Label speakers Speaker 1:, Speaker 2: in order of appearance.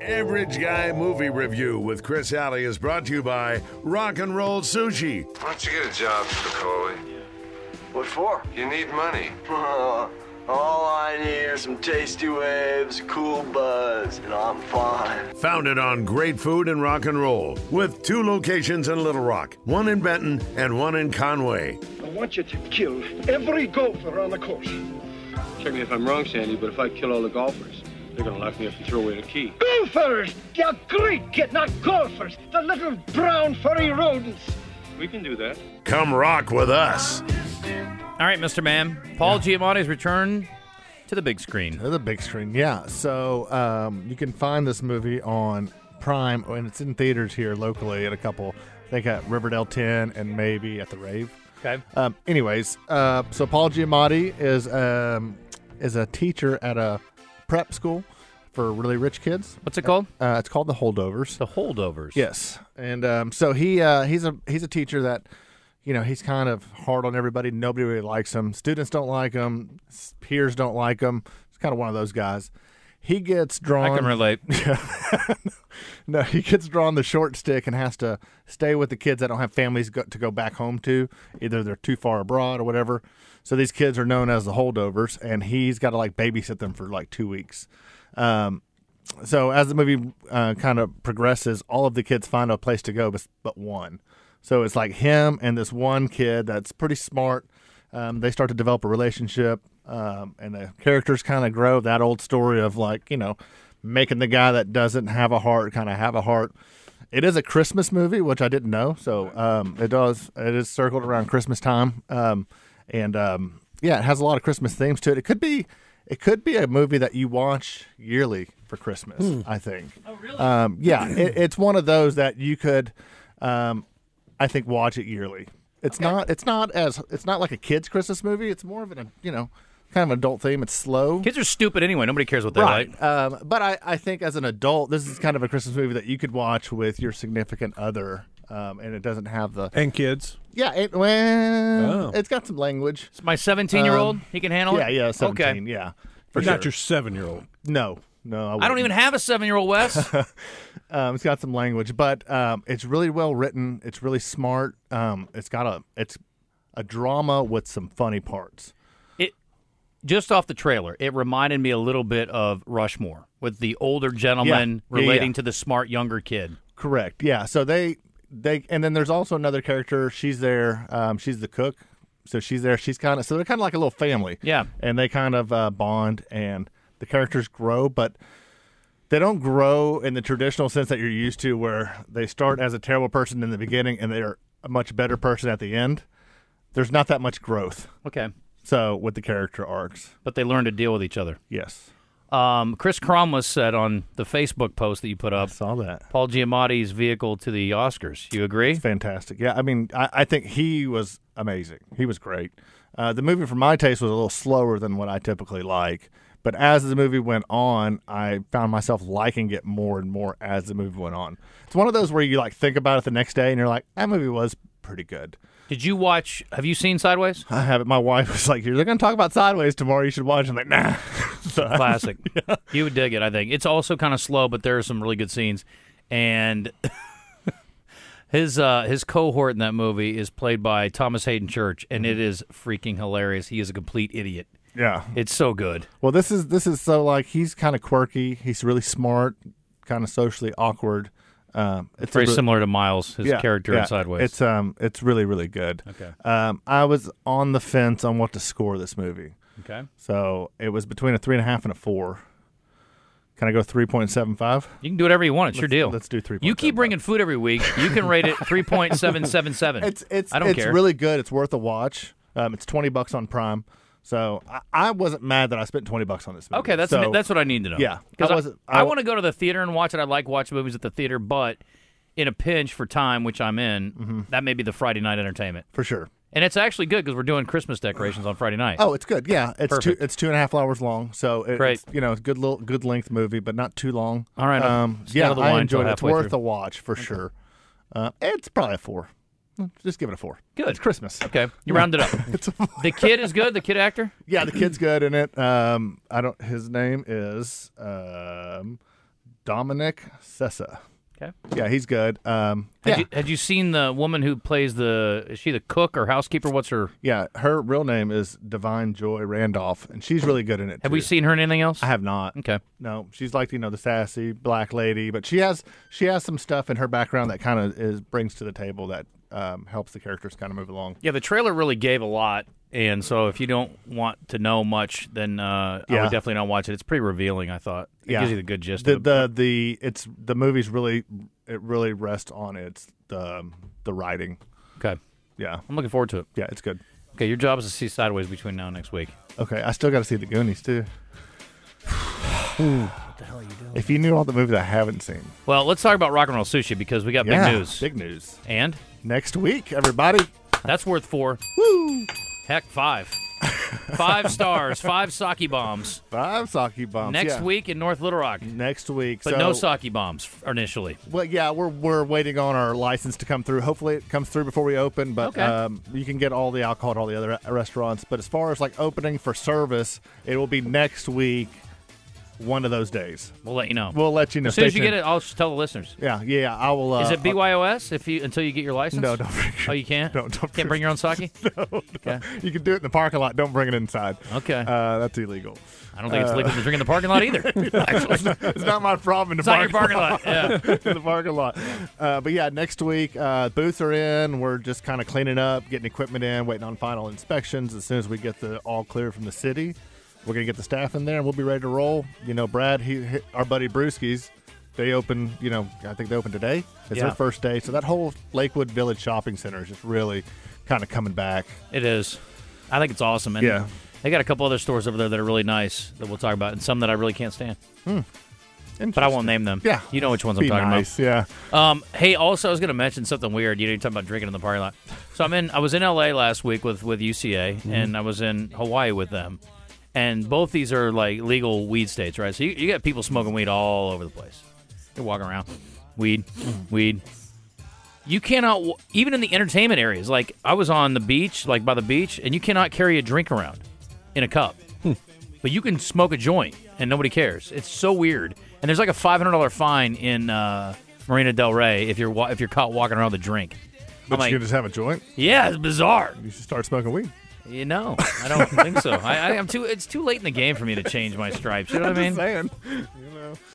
Speaker 1: Average Guy Movie Review with Chris Alley is brought to you by Rock and Roll Sushi.
Speaker 2: Why don't you get a job, Spicoli?
Speaker 3: What for?
Speaker 2: You need money.
Speaker 3: All I need are some tasty waves, cool buzz, and I'm fine.
Speaker 1: Founded on great food and rock and roll, with two locations in Little Rock, one in Benton and one in Conway.
Speaker 4: I want you to kill every golfer on the course.
Speaker 5: Check me if I'm wrong, Sandy, but if I kill all the golfers, they're gonna lock me up and throw away the key.
Speaker 4: Gophers! They're great kid, not golfers. The little brown furry rodents.
Speaker 5: We can do that.
Speaker 1: Come rock with us.
Speaker 6: All right, Mr. Man. Paul Giamatti's return to the big screen.
Speaker 7: The big screen, yeah. So um, you can find this movie on Prime, and it's in theaters here locally at a couple. I think at Riverdale 10 and maybe at the Rave.
Speaker 6: Okay.
Speaker 7: Um, anyways, uh, so Paul Giamatti is um, is a teacher at a prep school for really rich kids.
Speaker 6: What's it called?
Speaker 7: Uh, it's called the Holdovers.
Speaker 6: The Holdovers.
Speaker 7: Yes, and um, so he uh, he's a he's a teacher that you know he's kind of hard on everybody. Nobody really likes him. Students don't like him. S- Peers don't like him. He's kind of one of those guys. He gets drawn.
Speaker 6: I can relate.
Speaker 7: no, he gets drawn the short stick and has to stay with the kids that don't have families go- to go back home to. Either they're too far abroad or whatever. So these kids are known as the holdovers, and he's got to like babysit them for like two weeks. Um, so as the movie uh, kind of progresses, all of the kids find a place to go, but, but one. So it's like him and this one kid that's pretty smart. Um, they start to develop a relationship, um, and the characters kind of grow. That old story of like you know, making the guy that doesn't have a heart kind of have a heart. It is a Christmas movie, which I didn't know. So um, it does. It is circled around Christmas time, um, and um, yeah, it has a lot of Christmas themes to it. It could be, it could be a movie that you watch yearly for Christmas. I think. Oh, really? Um, yeah, it, it's one of those that you could. Um, I think watch it yearly. It's not. It's not as. It's not like a kids' Christmas movie. It's more of an you know, kind of adult theme. It's slow.
Speaker 6: Kids are stupid anyway. Nobody cares what they like.
Speaker 7: Um, but I, I think as an adult, this is kind of a Christmas movie that you could watch with your significant other, um, and it doesn't have the
Speaker 8: And kids.
Speaker 7: yeah. It well,
Speaker 8: Oh.
Speaker 7: it's got some language.
Speaker 6: It's my 17 year old.
Speaker 7: Um,
Speaker 6: He can handle
Speaker 7: Yeah,
Speaker 6: it.
Speaker 7: yeah, seventeen.
Speaker 6: Okay.
Speaker 7: Yeah, for
Speaker 8: You're Not
Speaker 7: sure.
Speaker 8: your seven year old.
Speaker 7: no, no. I,
Speaker 6: I don't
Speaker 7: wouldn't.
Speaker 6: even have a seven year old Wes.
Speaker 7: Um, it's got some language, but um, it's really well written. It's really smart. Um, it's got a it's a drama with some funny parts.
Speaker 6: it just off the trailer, it reminded me a little bit of Rushmore with the older gentleman
Speaker 7: Yeah, yeah,
Speaker 6: relating
Speaker 7: yeah.
Speaker 6: to the smart younger kid.
Speaker 7: Correct. Yeah. So they they and then there's also another character. She's there. Um, she's the cook. So she's there. She's kind of so they're kind of like a little family.
Speaker 6: Yeah.
Speaker 7: And they kind of uh, bond, and the characters grow, but they don't grow in the traditional sense that you're used to, where they start as a terrible person in the beginning and they're a much better person at the end. There's not that much growth.
Speaker 6: Okay.
Speaker 7: So with the character arcs,
Speaker 6: But they learn to deal with each other.
Speaker 7: yes,
Speaker 6: Um, Chris Cromwell said on the Facebook post that you put up
Speaker 7: saw that.
Speaker 6: Paul Giamatti's vehicle to the Oscars. You agree?
Speaker 7: fantastic. Yeah, I mean, I, I think he was amazing. He was great. Uh, the movie, for my taste, was a little slower than what I typically like. But as the movie went on, I found myself liking it more and more as the movie went on. It's one of those where you like think about it the next day and you're like, that movie was pretty good.
Speaker 6: Did you watch? Have you seen Sideways?
Speaker 7: I have it. My wife was like, "You're going to talk about Sideways tomorrow. You should watch." it." I'm like, "Nah." So I-
Speaker 6: Classic. You would dig it, I think. It's also kind of slow, but there are some really good scenes. And his uh, his cohort in that movie is played by Thomas Hayden Church, and
Speaker 7: Mm-hmm.
Speaker 6: it is freaking hilarious. He is a complete idiot.
Speaker 7: yeah.
Speaker 6: It's so good.
Speaker 7: Well, this is this is so like he's kind of quirky. He's really smart, kind of socially awkward. Um, it's a
Speaker 6: Very
Speaker 7: re-
Speaker 6: similar to Miles, his
Speaker 7: Yeah,
Speaker 6: character
Speaker 7: yeah.
Speaker 6: in Sideways.
Speaker 7: It's um, it's really really good.
Speaker 6: Okay.
Speaker 7: Um, I was on the fence on what to score this movie,
Speaker 6: okay.
Speaker 7: so it was between a three and a half and a four. Can I go three point seven five?
Speaker 6: You can do whatever you want. It's your deal.
Speaker 7: let's do three
Speaker 6: You
Speaker 7: point seven
Speaker 6: keep bringing food every week. You can rate it three point seven seven seven.
Speaker 7: It's it's
Speaker 6: I don't
Speaker 7: it's
Speaker 6: care.
Speaker 7: really good. It's worth a watch. Um, it's twenty bucks on Prime, So I, I wasn't mad that I spent twenty bucks on this movie.
Speaker 6: Okay, that's
Speaker 7: so,
Speaker 6: that's what I need to know.
Speaker 7: Yeah,
Speaker 6: because
Speaker 7: I
Speaker 6: I,
Speaker 7: wasn't-
Speaker 6: I,
Speaker 7: I-
Speaker 6: want to go to the theater and watch it. I like watching movies at the theater, but in a pinch for time, which I'm in,
Speaker 7: Mm-hmm.
Speaker 6: that may be the Friday night entertainment.
Speaker 7: for sure.
Speaker 6: And it's actually good because we're doing Christmas decorations on Friday night.
Speaker 7: Oh, it's good. Yeah, it's
Speaker 6: Perfect.
Speaker 7: two. It's two and a half hours long, so it-
Speaker 6: Great.
Speaker 7: it's you know, it's good little good length movie, but not too long.
Speaker 6: All right, I'll
Speaker 7: um,
Speaker 6: just
Speaker 7: yeah,
Speaker 6: out of the
Speaker 7: I
Speaker 6: wine
Speaker 7: enjoyed
Speaker 6: till
Speaker 7: it. It's
Speaker 6: halfway
Speaker 7: worth
Speaker 6: through.
Speaker 7: a watch for sure. Uh, it's probably a four. Just give it a four.
Speaker 6: Good.
Speaker 7: It's Christmas.
Speaker 6: Okay, you round it up.
Speaker 7: It's a four.
Speaker 6: the kid is good. The kid actor.
Speaker 7: Yeah, the kid's good in it. Um, I don't. His name is um, Dominic Sessa.
Speaker 6: Okay.
Speaker 7: Yeah, he's good. Um,
Speaker 6: Had,
Speaker 7: yeah,
Speaker 6: you, had you seen the woman who plays the? Is she the cook or housekeeper? What's her?
Speaker 7: yeah. Her real name is Divine Joy Randolph, and she's really good in it.
Speaker 6: Have we
Speaker 7: too.
Speaker 6: seen her in anything else?
Speaker 7: I have not.
Speaker 6: Okay.
Speaker 7: No, she's like you know the sassy black lady, but she has she has some stuff in her background that kind of is brings to the table that um, helps the characters kind of move along.
Speaker 6: Yeah, the trailer really gave a lot, and so if you don't want to know much, then uh, I
Speaker 7: Yeah.
Speaker 6: would definitely not watch it. It's pretty revealing. I thought. It gives you the good gist.
Speaker 7: The
Speaker 6: of it.
Speaker 7: the, the it's the movie's really it really rests on its the um, the writing.
Speaker 6: okay,
Speaker 7: Yeah,
Speaker 6: I'm looking forward to it.
Speaker 7: yeah, it's good.
Speaker 6: Okay, your job is to see sideways between now and next week.
Speaker 7: Okay, I still got to see the Goonies too. what the hell are you doing? If you knew all the movies I haven't seen,
Speaker 6: Well, let's talk about rock and roll sushi because we got
Speaker 7: Yeah,
Speaker 6: big news.
Speaker 7: big news
Speaker 6: and
Speaker 7: next week, everybody.
Speaker 6: that's worth four.
Speaker 7: Woo!
Speaker 6: Heck, five. five stars, five sake bombs.
Speaker 7: Five sake bombs
Speaker 6: Next
Speaker 7: yeah.
Speaker 6: week in North Little Rock.
Speaker 7: Next week,
Speaker 6: But
Speaker 7: so,
Speaker 6: no sake bombs initially.
Speaker 7: Well, yeah, we're we're waiting on our license to come through. Hopefully, it comes through before we open. But
Speaker 6: Okay.
Speaker 7: um, you can get all the alcohol at all the other re- restaurants. But as far as like opening for service, it will be next week, one of those days.
Speaker 6: We'll let you know.
Speaker 7: We'll let you know.
Speaker 6: as soon as
Speaker 7: Stay
Speaker 6: you get
Speaker 7: tuned.
Speaker 6: it, I'll just tell the listeners.
Speaker 7: yeah, yeah, I will. Uh,
Speaker 6: Is it BYOS if you until you get your license?
Speaker 7: No, don't bring
Speaker 6: Oh, you can't.
Speaker 7: No, don't
Speaker 6: Can't bring your own sake. Okay.
Speaker 7: You can do it in the parking lot. Don't bring it inside.
Speaker 6: Okay.
Speaker 7: uh, that's illegal.
Speaker 6: I don't think it's legal to drink in the parking lot either. Actually, it's not
Speaker 7: Uh, It's not my problem. In the
Speaker 6: your parking lot. Yeah.
Speaker 7: in the parking lot. Uh, but yeah, next week uh, booths are in. We're just kind of cleaning up, getting equipment in, waiting on final inspections. As soon as we get the all clear from the city, we're gonna get the staff in there and we'll be ready to roll. You know, Brad, he, he- our buddy Brewskis, they open. You know, I think they open today. It's
Speaker 6: Yeah.
Speaker 7: their first day, so that whole Lakewood Village Shopping Center is just really kind of coming back.
Speaker 6: It is. I think it's awesome. And
Speaker 7: Yeah.
Speaker 6: They got a couple other stores over there that are really nice that we'll talk about, and some that I really can't stand. But I won't name them.
Speaker 7: Yeah.
Speaker 6: You know which ones
Speaker 7: Be
Speaker 6: I'm talking
Speaker 7: nice, yeah.
Speaker 6: about. Um, hey, also, I was going to mention something weird. You know, you're talking about drinking in the parking lot. So I'm in. I was in L.A. last week with with UCA, and I was in Hawaii with them. And both these are like legal weed states, right? So you, you got people smoking weed all over the place. They're walking around, weed, weed, you cannot even in the entertainment areas like i was on the beach like by the beach and you cannot carry a drink around in a cup but you can smoke a joint and nobody cares it's so weird and there's like a $500 fine in uh, marina del rey if you're wa- if you're caught walking around with a drink
Speaker 7: But
Speaker 6: I'm like,
Speaker 7: you can just have a joint.
Speaker 6: yeah it's bizarre
Speaker 7: You should start smoking weed.
Speaker 6: you know i don't think so I, I, i'm too it's too late in the game for me to change my stripes you know what i mean
Speaker 7: Just saying. You know.